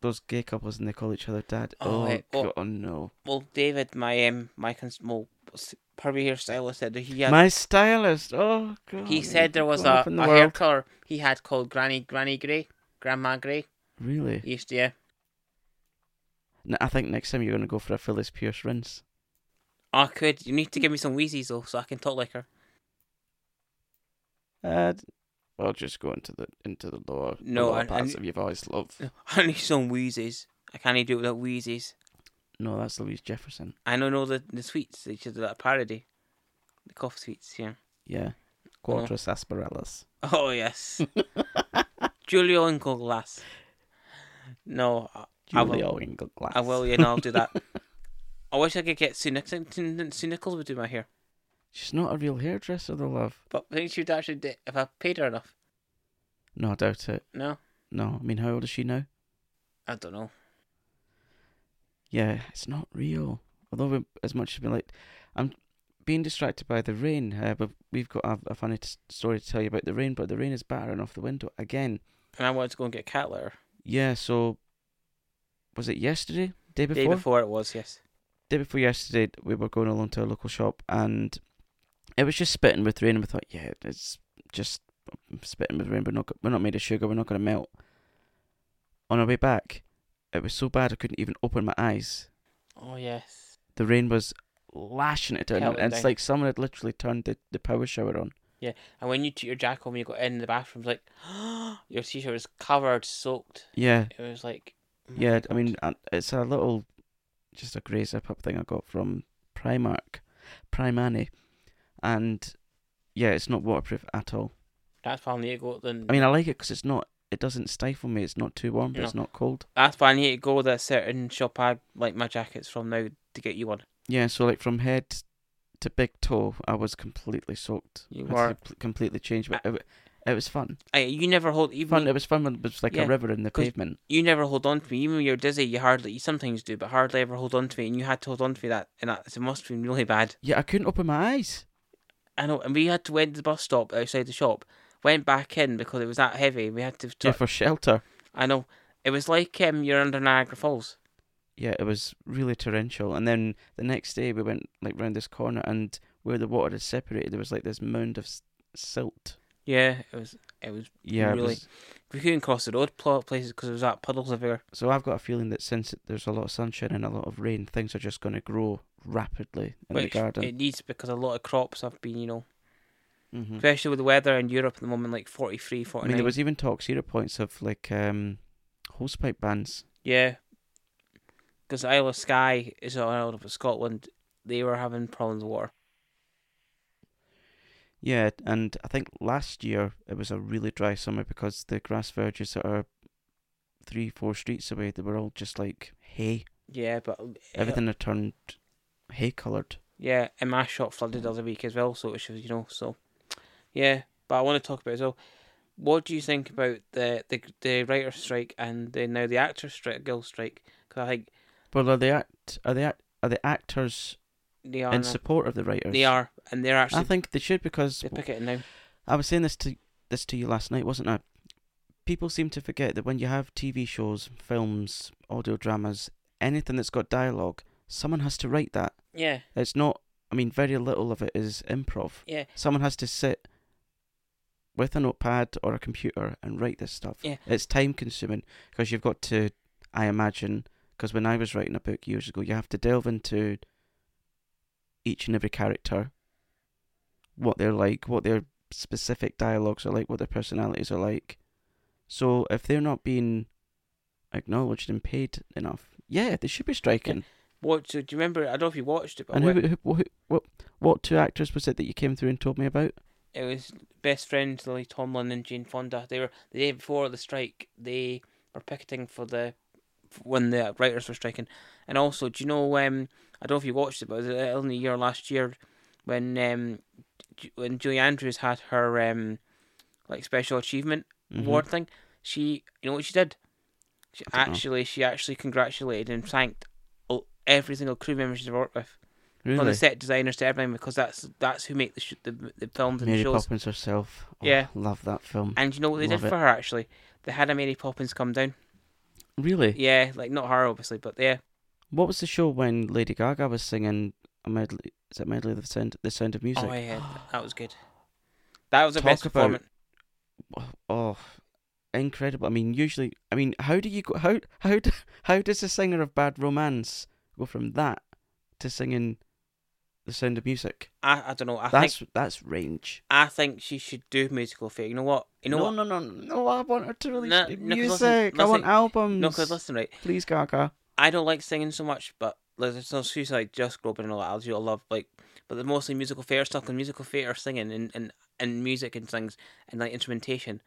those gay couples and they call each other dad.
Oh,
Oh,
eh, oh.
God, no.
Well, David, my um, my cons- well, s- pervy hairstylist said that he had.
My stylist. Oh God.
he said there was
Going
a,
up
a
in the
hair
world.
color he had called Granny Granny Grey, Grandma Grey.
Really?
He used to yeah.
N- I think next time you're gonna go for a Phyllis Pierce rinse.
I could. Oh, You need to give me some Wheaties though, so I can talk like her.
Uh, d- I'll just go into the into the lower the
No,
lower
I- I
parts
kn-
of your voice, love.
I need some Wheaties. I can't do it without Wheaties.
No, that's Louise Jefferson.
I don't know the the sweets. They should do that parody. The cough sweets, yeah.
Yeah, Quadrus asperalis.
Oh yes, Julio and Glass. No, I, I will.
Julio Inglass.
I will. Yeah, no, I'll do that. I wish I could get Sue Nichols. Sue Nichols would do my hair.
She's not a real hairdresser, though, love.
But I think she'd actually do if I paid her enough.
No, I doubt it.
No,
No, I mean, how old is she now?
I don't know.
Yeah, it's not real. Although, we, as much as we like, I'm being distracted by the rain. Uh, but we've got a, a funny t- story to tell you about the rain. But the rain is battering off the window again.
And I wanted to go and get a cat litter.
Yeah. So, was it yesterday? Day before?
Day before it was, yes.
day before yesterday, we were going along to our local shop and it was just spitting with rain. And we thought, yeah, it's just spitting with rain. We're not, go- we're not made of sugar. We're not going to melt. On our way back, it was so bad I couldn't even open my eyes.
Oh yes.
The rain was lashing it down.
Pelting
And it's
down.
like someone had literally turned the, the power shower on.
And when you took your jacket home, you got in the bathroom, it was like your t-shirt was covered, soaked.
Yeah.
It was like. oh my
Yeah, I
God.
mean, uh, it's a little, just a grey zip up thing I got from Primark, Primani. And yeah, it's not waterproof at all.
That's why I need to go. Then
I mean, I like it because it's not. It doesn't stifle me. It's not too warm, but it's not cold.
that's why I need to go to a certain shop I like my jackets from now to get you one.
Yeah. So like from head to big toe, I was completely soaked.
You
I had
were.
to pl- completely changed, but it, w- it was fun.
I, you never hold
Fun.
even.
It was fun when it was like
Yeah,
a river in the
'cause-
pavement.
You never hold on to me. Even when you're dizzy, you hardly. You sometimes do, but hardly ever hold on to me. And you had to hold on to me that, and that it must have been really bad.
Yeah, I couldn't open my eyes.
I know, and we had to went to the bus stop outside the shop, went back in because it was that heavy. We had to.
Yeah, for shelter.
I know. It was like um, you're under Niagara Falls.
Yeah, it was really torrential. And then the next day, we went like round this corner, and where the water had separated, there was like this mound of s- silt.
Yeah, it was. It was.
Yeah, it
Really?
was-
We couldn't cross the road pl- places because there was that puddles everywhere.
So I've got a feeling that since there's a lot of sunshine and a lot of rain, things are just going to grow rapidly in
Which
the garden.
it needs because a lot of crops have been, you know,
hmm
especially with the weather in Europe at the moment, like 43,
I
49.
mean, there was even talks here at points of like um, hosepipe bans.
Yeah, because the Isle of Skye is an island of Scotland. They were having problems with water.
Yeah, and I think last year it was a really dry summer because the grass verges that are three, four streets away, they were all just like hay.
Yeah, but uh,
Everything had turned hay coloured.
Yeah, and my shop flooded the other week as well, so it was, you know, so Yeah, but I want to talk about it as well. What do you think about the the, the writer's strike and the, now the actors' strike, guild strike? Because I think
Well, are the act are the act are the actors
they are
in
now-
support of the writers?
they are, and they're
I
actually
think they should because
they're picketing now.
I was saying this to this to you last night, wasn't I? People seem to forget that when you have TV shows, films, audio dramas, anything that's got dialogue, someone has to write that.
Yeah,
It's not. I mean, very little of it is improv.
Yeah.
Someone has to sit with a notepad or a computer and write this stuff.
Yeah.
It's time consuming because you've got to. I imagine because when I was writing a book years ago, you have to delve into each and every character, what they're like, what their specific dialogues are like, what their personalities are like. So if they're not being acknowledged and paid enough, yeah, they should be striking.
what so do you remember? I don't know if you watched it, but
And
what-
who, who, who, what, what two actors was it that you came through and told me about?
it was best friends Lily Tomlin and Jane Fonda. They were the day before the strike. They were picketing for the when the writers were striking, and also do you know? Um, I don't know if you watched it, but it was only a year last year when um Ju- when Julie Andrews had her um like special achievement
Mhm.
award thing. She you know what she did? She
I don't know.
actually she actually congratulated and thanked all- every single crew member she's worked with, from
Really?
the set designers to everything, because that's that's who make the sh- the, the films and
Mary
the shows.
Poppins herself. Oh,
Yeah.
Love that film.
And you know what they
Love
did
it.
for her actually? They had a Mary Poppins come down.
Really?
Yeah, like not her obviously, but yeah,
What was the show when Lady Gaga was singing a medley? Is it medley of the sound, the sound of music?
oh yeah, that was good. That was the
Talk
best
about-
performance.
Oh, incredible! I mean, usually, I mean, how do you go? How how d- how does a singer of Bad Romance go from that to singing the sound of music?
I, I don't know. I
that's
think
that's range.
I think she should do musical theatre. You know what? You know
no,
what?
no, no, no! I want her to release
No,
music.
no, 'cause listen-
I want
listen-
albums.
No, because listen, right?
Please, Gaga.
I don't like singing so much, but like, there's no excuse like just groping and all that. I do love like, but the mostly musical theatre stuff and musical theatre singing and, and and music and things and like instrumentation.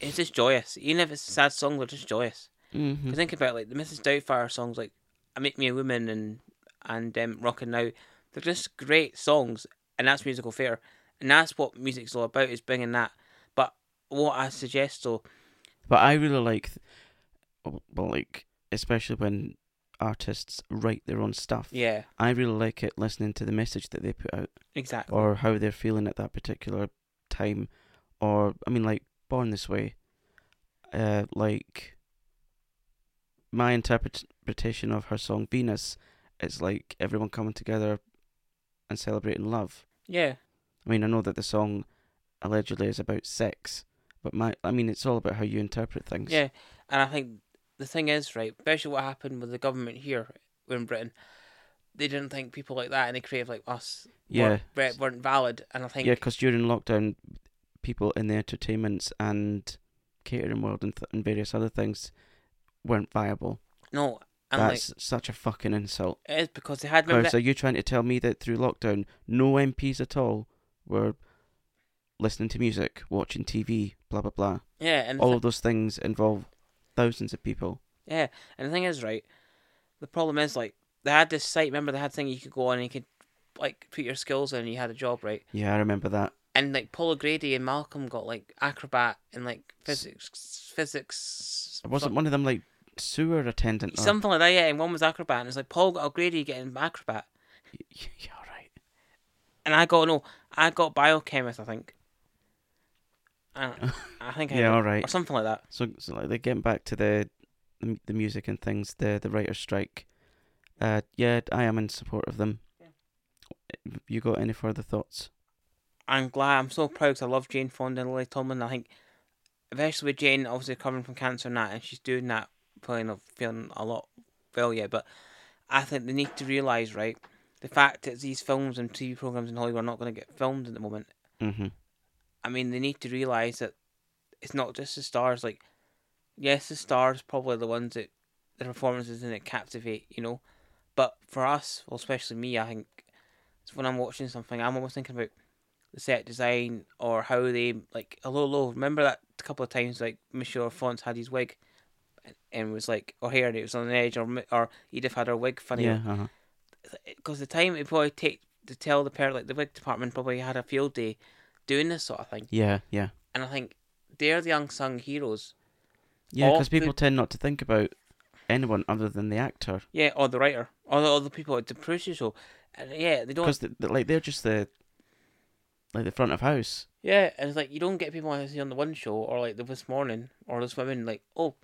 It's just joyous. Even if it's a sad song, they're just joyous.
Mm-hmm.
Cause think about like the Mrs. Doubtfire songs, like "I Make Me a Woman" and and um, "Rockin' Now," they're just great songs, and that's musical theatre, and that's what music's all about is bringing that. But what I suggest though,
But I really like, well, like especially when artists write their own stuff.
yeah,
I really like it listening to the message that they put out,
exactly,
or how they're feeling at that particular time, or I mean, like Born This Way. Uh, like my interpretation of her song Venus, it's like everyone coming together and celebrating love.
yeah,
I mean, I know that the song allegedly is about sex, but my, I mean, it's all about how you interpret things.
yeah. And I think the thing is right, especially what happened with the government here in Britain, they didn't think people like that and the creative like us
Yeah.
weren't, weren't valid, and I think
Yeah, because during lockdown, people in the entertainments and catering world and, th- and various other things weren't viable.
no, and like
That's such a fucking insult.
it is because they had remember
Because are you trying to tell me that through lockdown, no MPs at all were listening to music, watching TV, blah blah blah?
that- yeah, and the
All of those things involve thousands of people.
Yeah, and the thing is, right, the problem is like they had this site. Remember, they had thing you could go on and you could like put your skills in, and you had a job, right?
Yeah, I remember that.
And like Paul O'Grady and Malcolm got like acrobat and like physics, physics.
Wasn't one of them like sewer attendant?
some-
Or...
something like that? Yeah, and one was acrobat, and it's like Paul O'Grady getting acrobat,
Yeah, all right.
and I got no, I got biochemist, I think. I, I think I
Yeah,
got-
all right.
or something like that.
So, so like they're getting back to the the mu- the music and things, the the writer's strike. Uh, yeah, I am in support of them. Have You got any further thoughts?
I'm glad. I'm so proud 'cause I love Jane Fonda and Lily Tomlin. I think, especially with Jane obviously recovering from cancer and that, and she's doing that, feeling of feeling a lot well yet. But I think they need to realise, right, the fact that these films and TV programs in Hollywood are not going to get filmed at the moment.
Mm-hmm.
I mean, they need to realise that it's not just the stars. Like, yes, the stars probably the ones that the performances in it captivate, you know. But for us, well, especially me, I think it's when I'm watching something, I'm almost thinking about the set design or how they like. Hello, hello. Remember that couple of times like Michel Font had his wig, and, and was like, or hair, and it was on the edge, or Mi- or Edith had her wig funny
Yeah. Uh-huh.
because the time it probably take to tell the parent like the wig department probably had a field day doing this sort of thing.
Yeah, yeah,
And I think they're the unsung heroes.
yeah.
All
Because people
the-
tend not to think about anyone other than the actor,
Yeah, or the writer, or the other people to produce the show. And yeah, they don't.
because like they're just the like the front of house.
Yeah, and it's like you don't get people I see on the one show or like the this morning or this women like oh,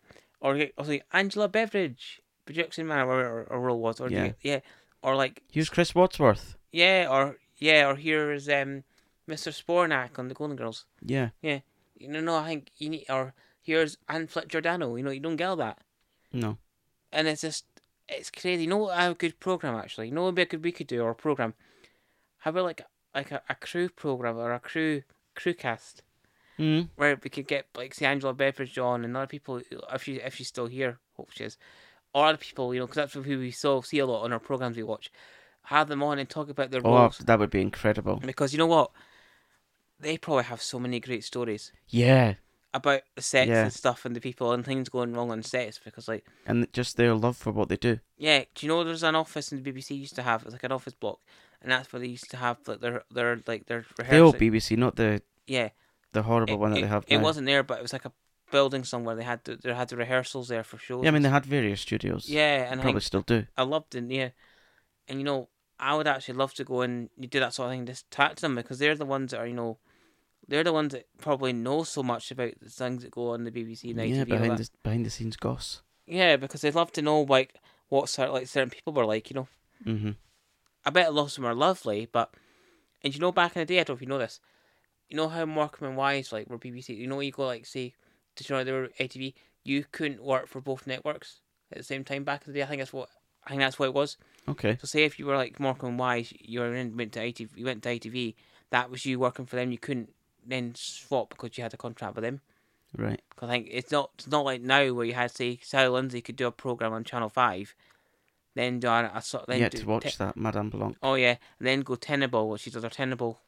or you- also Angela Beveridge, production man or her role was or do you
Yeah.
get- yeah, or like
Here's Chris Wadsworth.
yeah or yeah or here is um Mr. Spornak on the Golden Girls.
Yeah,
You know, no, I think you need or here's Anne Flip Giordano. You know, you don't get all that,
no,
and it's just it's crazy. You know, what a good program actually. You know, what would be a good we could do or a program. How about like like a, a crew program or a crew crew cast.
mm.
where we could get like say Angela Beveridge on and other people if she if she's still here, hope she is, or other people you know because that's who we saw see a lot on our programs we watch, have them on and talk about their
oh,
roles
that would be incredible.
because you know what, they probably have so many great stories
Yeah,
about the sets
Yeah.
and stuff and the people and things going wrong on sets because like
and just their love for what they do.
yeah do you know there's an office in the BBC used to have it's like an office block and that's where they used to have like their their like their
The
rehearsal
old BBC, not the
yeah
the horrible one that they have
it
now.
wasn't there but it was like a building somewhere they had to, they had the rehearsals there for shows
yeah, I mean
and
they had various studios.
Yeah, and I,
probably
think
still do.
I loved it. Yeah, and you know, I would actually love to go and you do that sort of thing, just talk to them because they're the ones that are you know, they're the ones that probably know so much about the things that go on the BBC Night
Yeah,
TV. and all
behind
that.
the behind the scenes goss.
Yeah, because they'd love to know like what sort like certain people were like. You know,
Mm-hmm.
I bet a lot of them are lovely, but and you know, back in the day, I don't know if you know this, you know how Markham and Wise like were BBC. You know, you go like say to show they were ATV, you couldn't work for both networks at the same time back in the day. I think that's what I think that's what it was.
Okay.
So say if you were like Markham Wise, you were in, went to ATV, you went to ATV, that was you working for them. You couldn't then swap because you had a contract with them.
Right.
'Cause I think it's not it's not like now where you had say Sally Lindsay could do a program on Channel Five, then do a, a sort then
Yet
do
to watch
te-
that Madame Blanc.
oh yeah, and then go Tenable, which she does her Tenable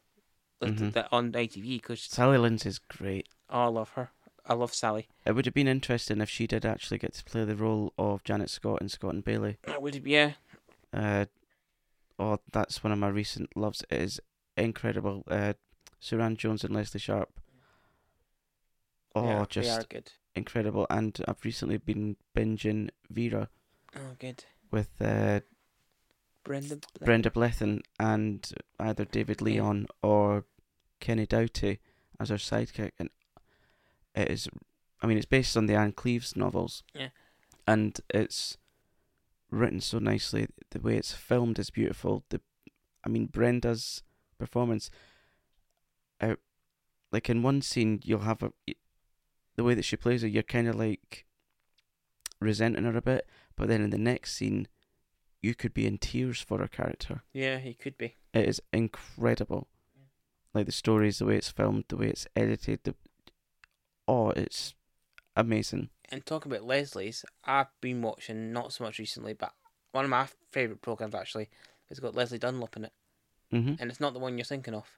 with-
Mhm.
that on ATV because
Sally Lindsay's great.
oh, I love her. I love Sally.
It would have been interesting if she did actually get to play the role of Janet Scott in Scott and Bailey.
That would be yeah.
Uh, oh, that's one of my recent loves. It is incredible. Uh, Suran Jones and Leslie Sharp. Oh,
yeah, they are
just
good.
incredible. And I've recently been binging Vera
Oh, good.
with uh,
Brenda.
Brenda Blethyn and either David
Yeah.
Leon or Kenny Doughty as her sidekick, and it is, I mean, it's based on the Anne Cleves novels.
Yeah.
And it's written so nicely. The way it's filmed is beautiful. The, I mean, Brenda's performance. Uh, like in one scene, you'll have a, the way that she plays her. You're kind of like resenting her a bit, but then in the next scene, you could be in tears for her character.
Yeah, he could be.
It is incredible. Like the stories, the way it's filmed, the way it's edited, the oh, it's amazing.
and talking about Leslie's, I've been watching not so much recently, but one of my favourite programs actually has got Leslie Dunlop in it,
hmm
and it's not the one you're thinking of.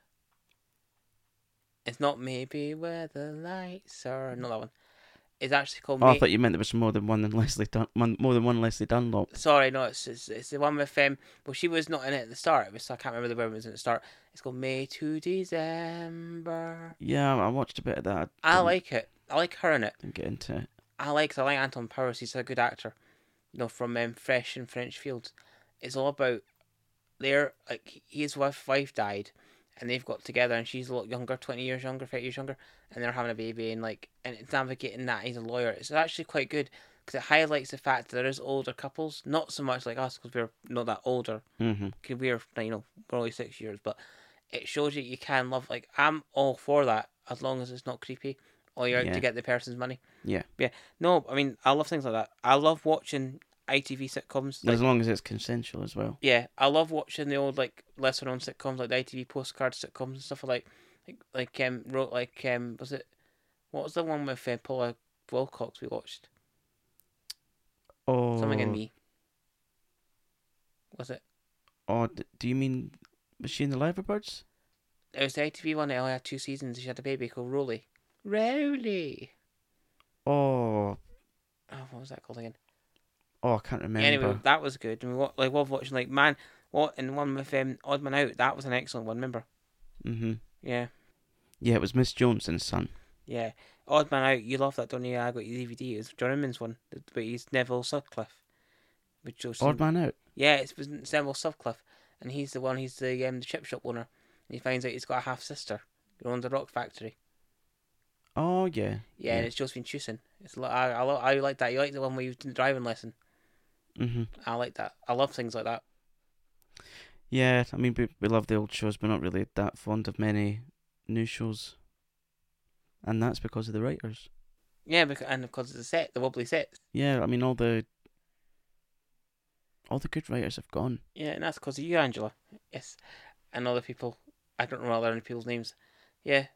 It's not maybe where the lights are. Not that one. It's actually called.
Oh, I
Ma-
thought you meant there was more than one than Leslie Dun- one, more than one Leslie Dunlop.
Sorry, no, it's, it's it's the one with um. Well, she was not in it at the start. It was I can't remember the woman was in it at the start. It's called May to December.
Yeah, I watched a bit of that.
I
didn't-
like it. I like her in it.
didn't get into it.
I like I like Anton Powers. He's a good actor, you know, from um, Fresh and French Fields. It's all about their like his wife wife died, and they've got together, and she's a lot younger, twenty years younger, thirty years younger, and they're having a baby, and like and it's navigating that. He's a lawyer. It's actually quite good because it highlights the fact that there is older couples, not so much like us because we're not that older.
hmm
'cause We're you know we're only six years, but it shows you you can love. Like I'm all for that as long as it's not creepy or you're out
Yeah.
to get the person's money.
Yeah,
No, I mean I love things like that. I love watching ITV sitcoms. Like,
as long as it's consensual as well.
yeah, I love watching the old like lesser known sitcoms like the ITV postcard sitcoms and stuff like like like um wrote like um was it what was the one with uh, Paula Wilcox we watched
Oh,
something in me. Was it?
Oh, d- do you mean was she in the Liverbirds?
It was the ITV one. It only had two seasons. She had a baby called Rolly. Rolly.
Oh,
Oh, what was that called again?
oh, I can't remember.
Anyway, that was good. And we wa- like love watching like man what and one with um Odd Man Out. That was an excellent one. Remember?
hmm
Yeah.
Yeah, it was Miss Jones and Son.
Yeah. Odd Man Out, you love that, don't you? I got your DVD. It was John Inman's one, but he's Neville Sutcliffe. With Joseph.
Odd Man Out.
Yeah, it's with Neville Sutcliffe, and he's the one. He's the um, the chip shop owner, and he finds out he's got a half sister who owns a rock factory.
Oh yeah.
Yeah, and it's Josephine Chewson. It's lo- I I, lo- I like that. You like the one where you did the driving lesson.
hmm
I like that. I love things like that.
Yeah, I mean, we, we love the old shows, but not really that fond of many new shows. And that's because of the writers.
Yeah, because, and because it's a set, the wobbly set.
Yeah, I mean, all the all the good writers have gone.
Yeah, and that's because of you, Angela. Yes, and other people. I don't know other people's names. Yeah,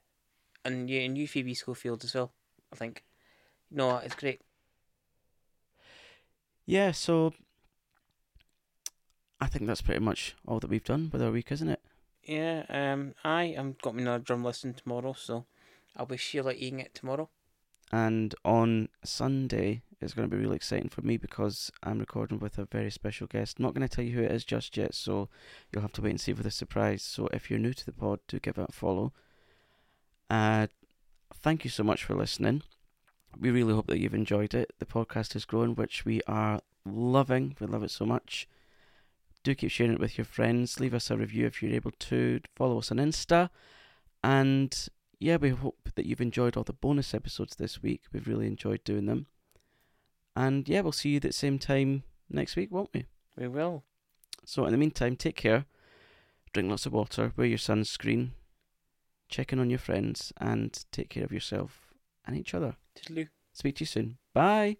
and you and you, Phoebe Schofield as well. I think. No, it's great.
Yeah, so I think that's pretty much all that we've done with our week, isn't it?
Yeah, um, I am got me another drum lesson tomorrow, so I'll be Sheila eating it tomorrow.
And on Sunday, it's going to be really exciting for me because I'm recording with a very special guest. I'm not going to tell you who it is just yet, so you'll have to wait and see for the surprise. So if you're new to the pod, do give it a follow. Uh, thank you so much for listening. We really hope that you've enjoyed it. The podcast is growing, which we are loving. We love it so much. Do keep sharing it with your friends. Leave us a review if you're able to. Follow us on Insta. And yeah, we hope that you've enjoyed all the bonus episodes this week. We've really enjoyed doing them. And yeah, we'll see you at the same time next week, won't we?
We will.
So in the meantime, take care, drink lots of water, wear your sunscreen, check in on your friends, and take care of yourself and each other.
Toodaloo.
Speak to you soon. Bye.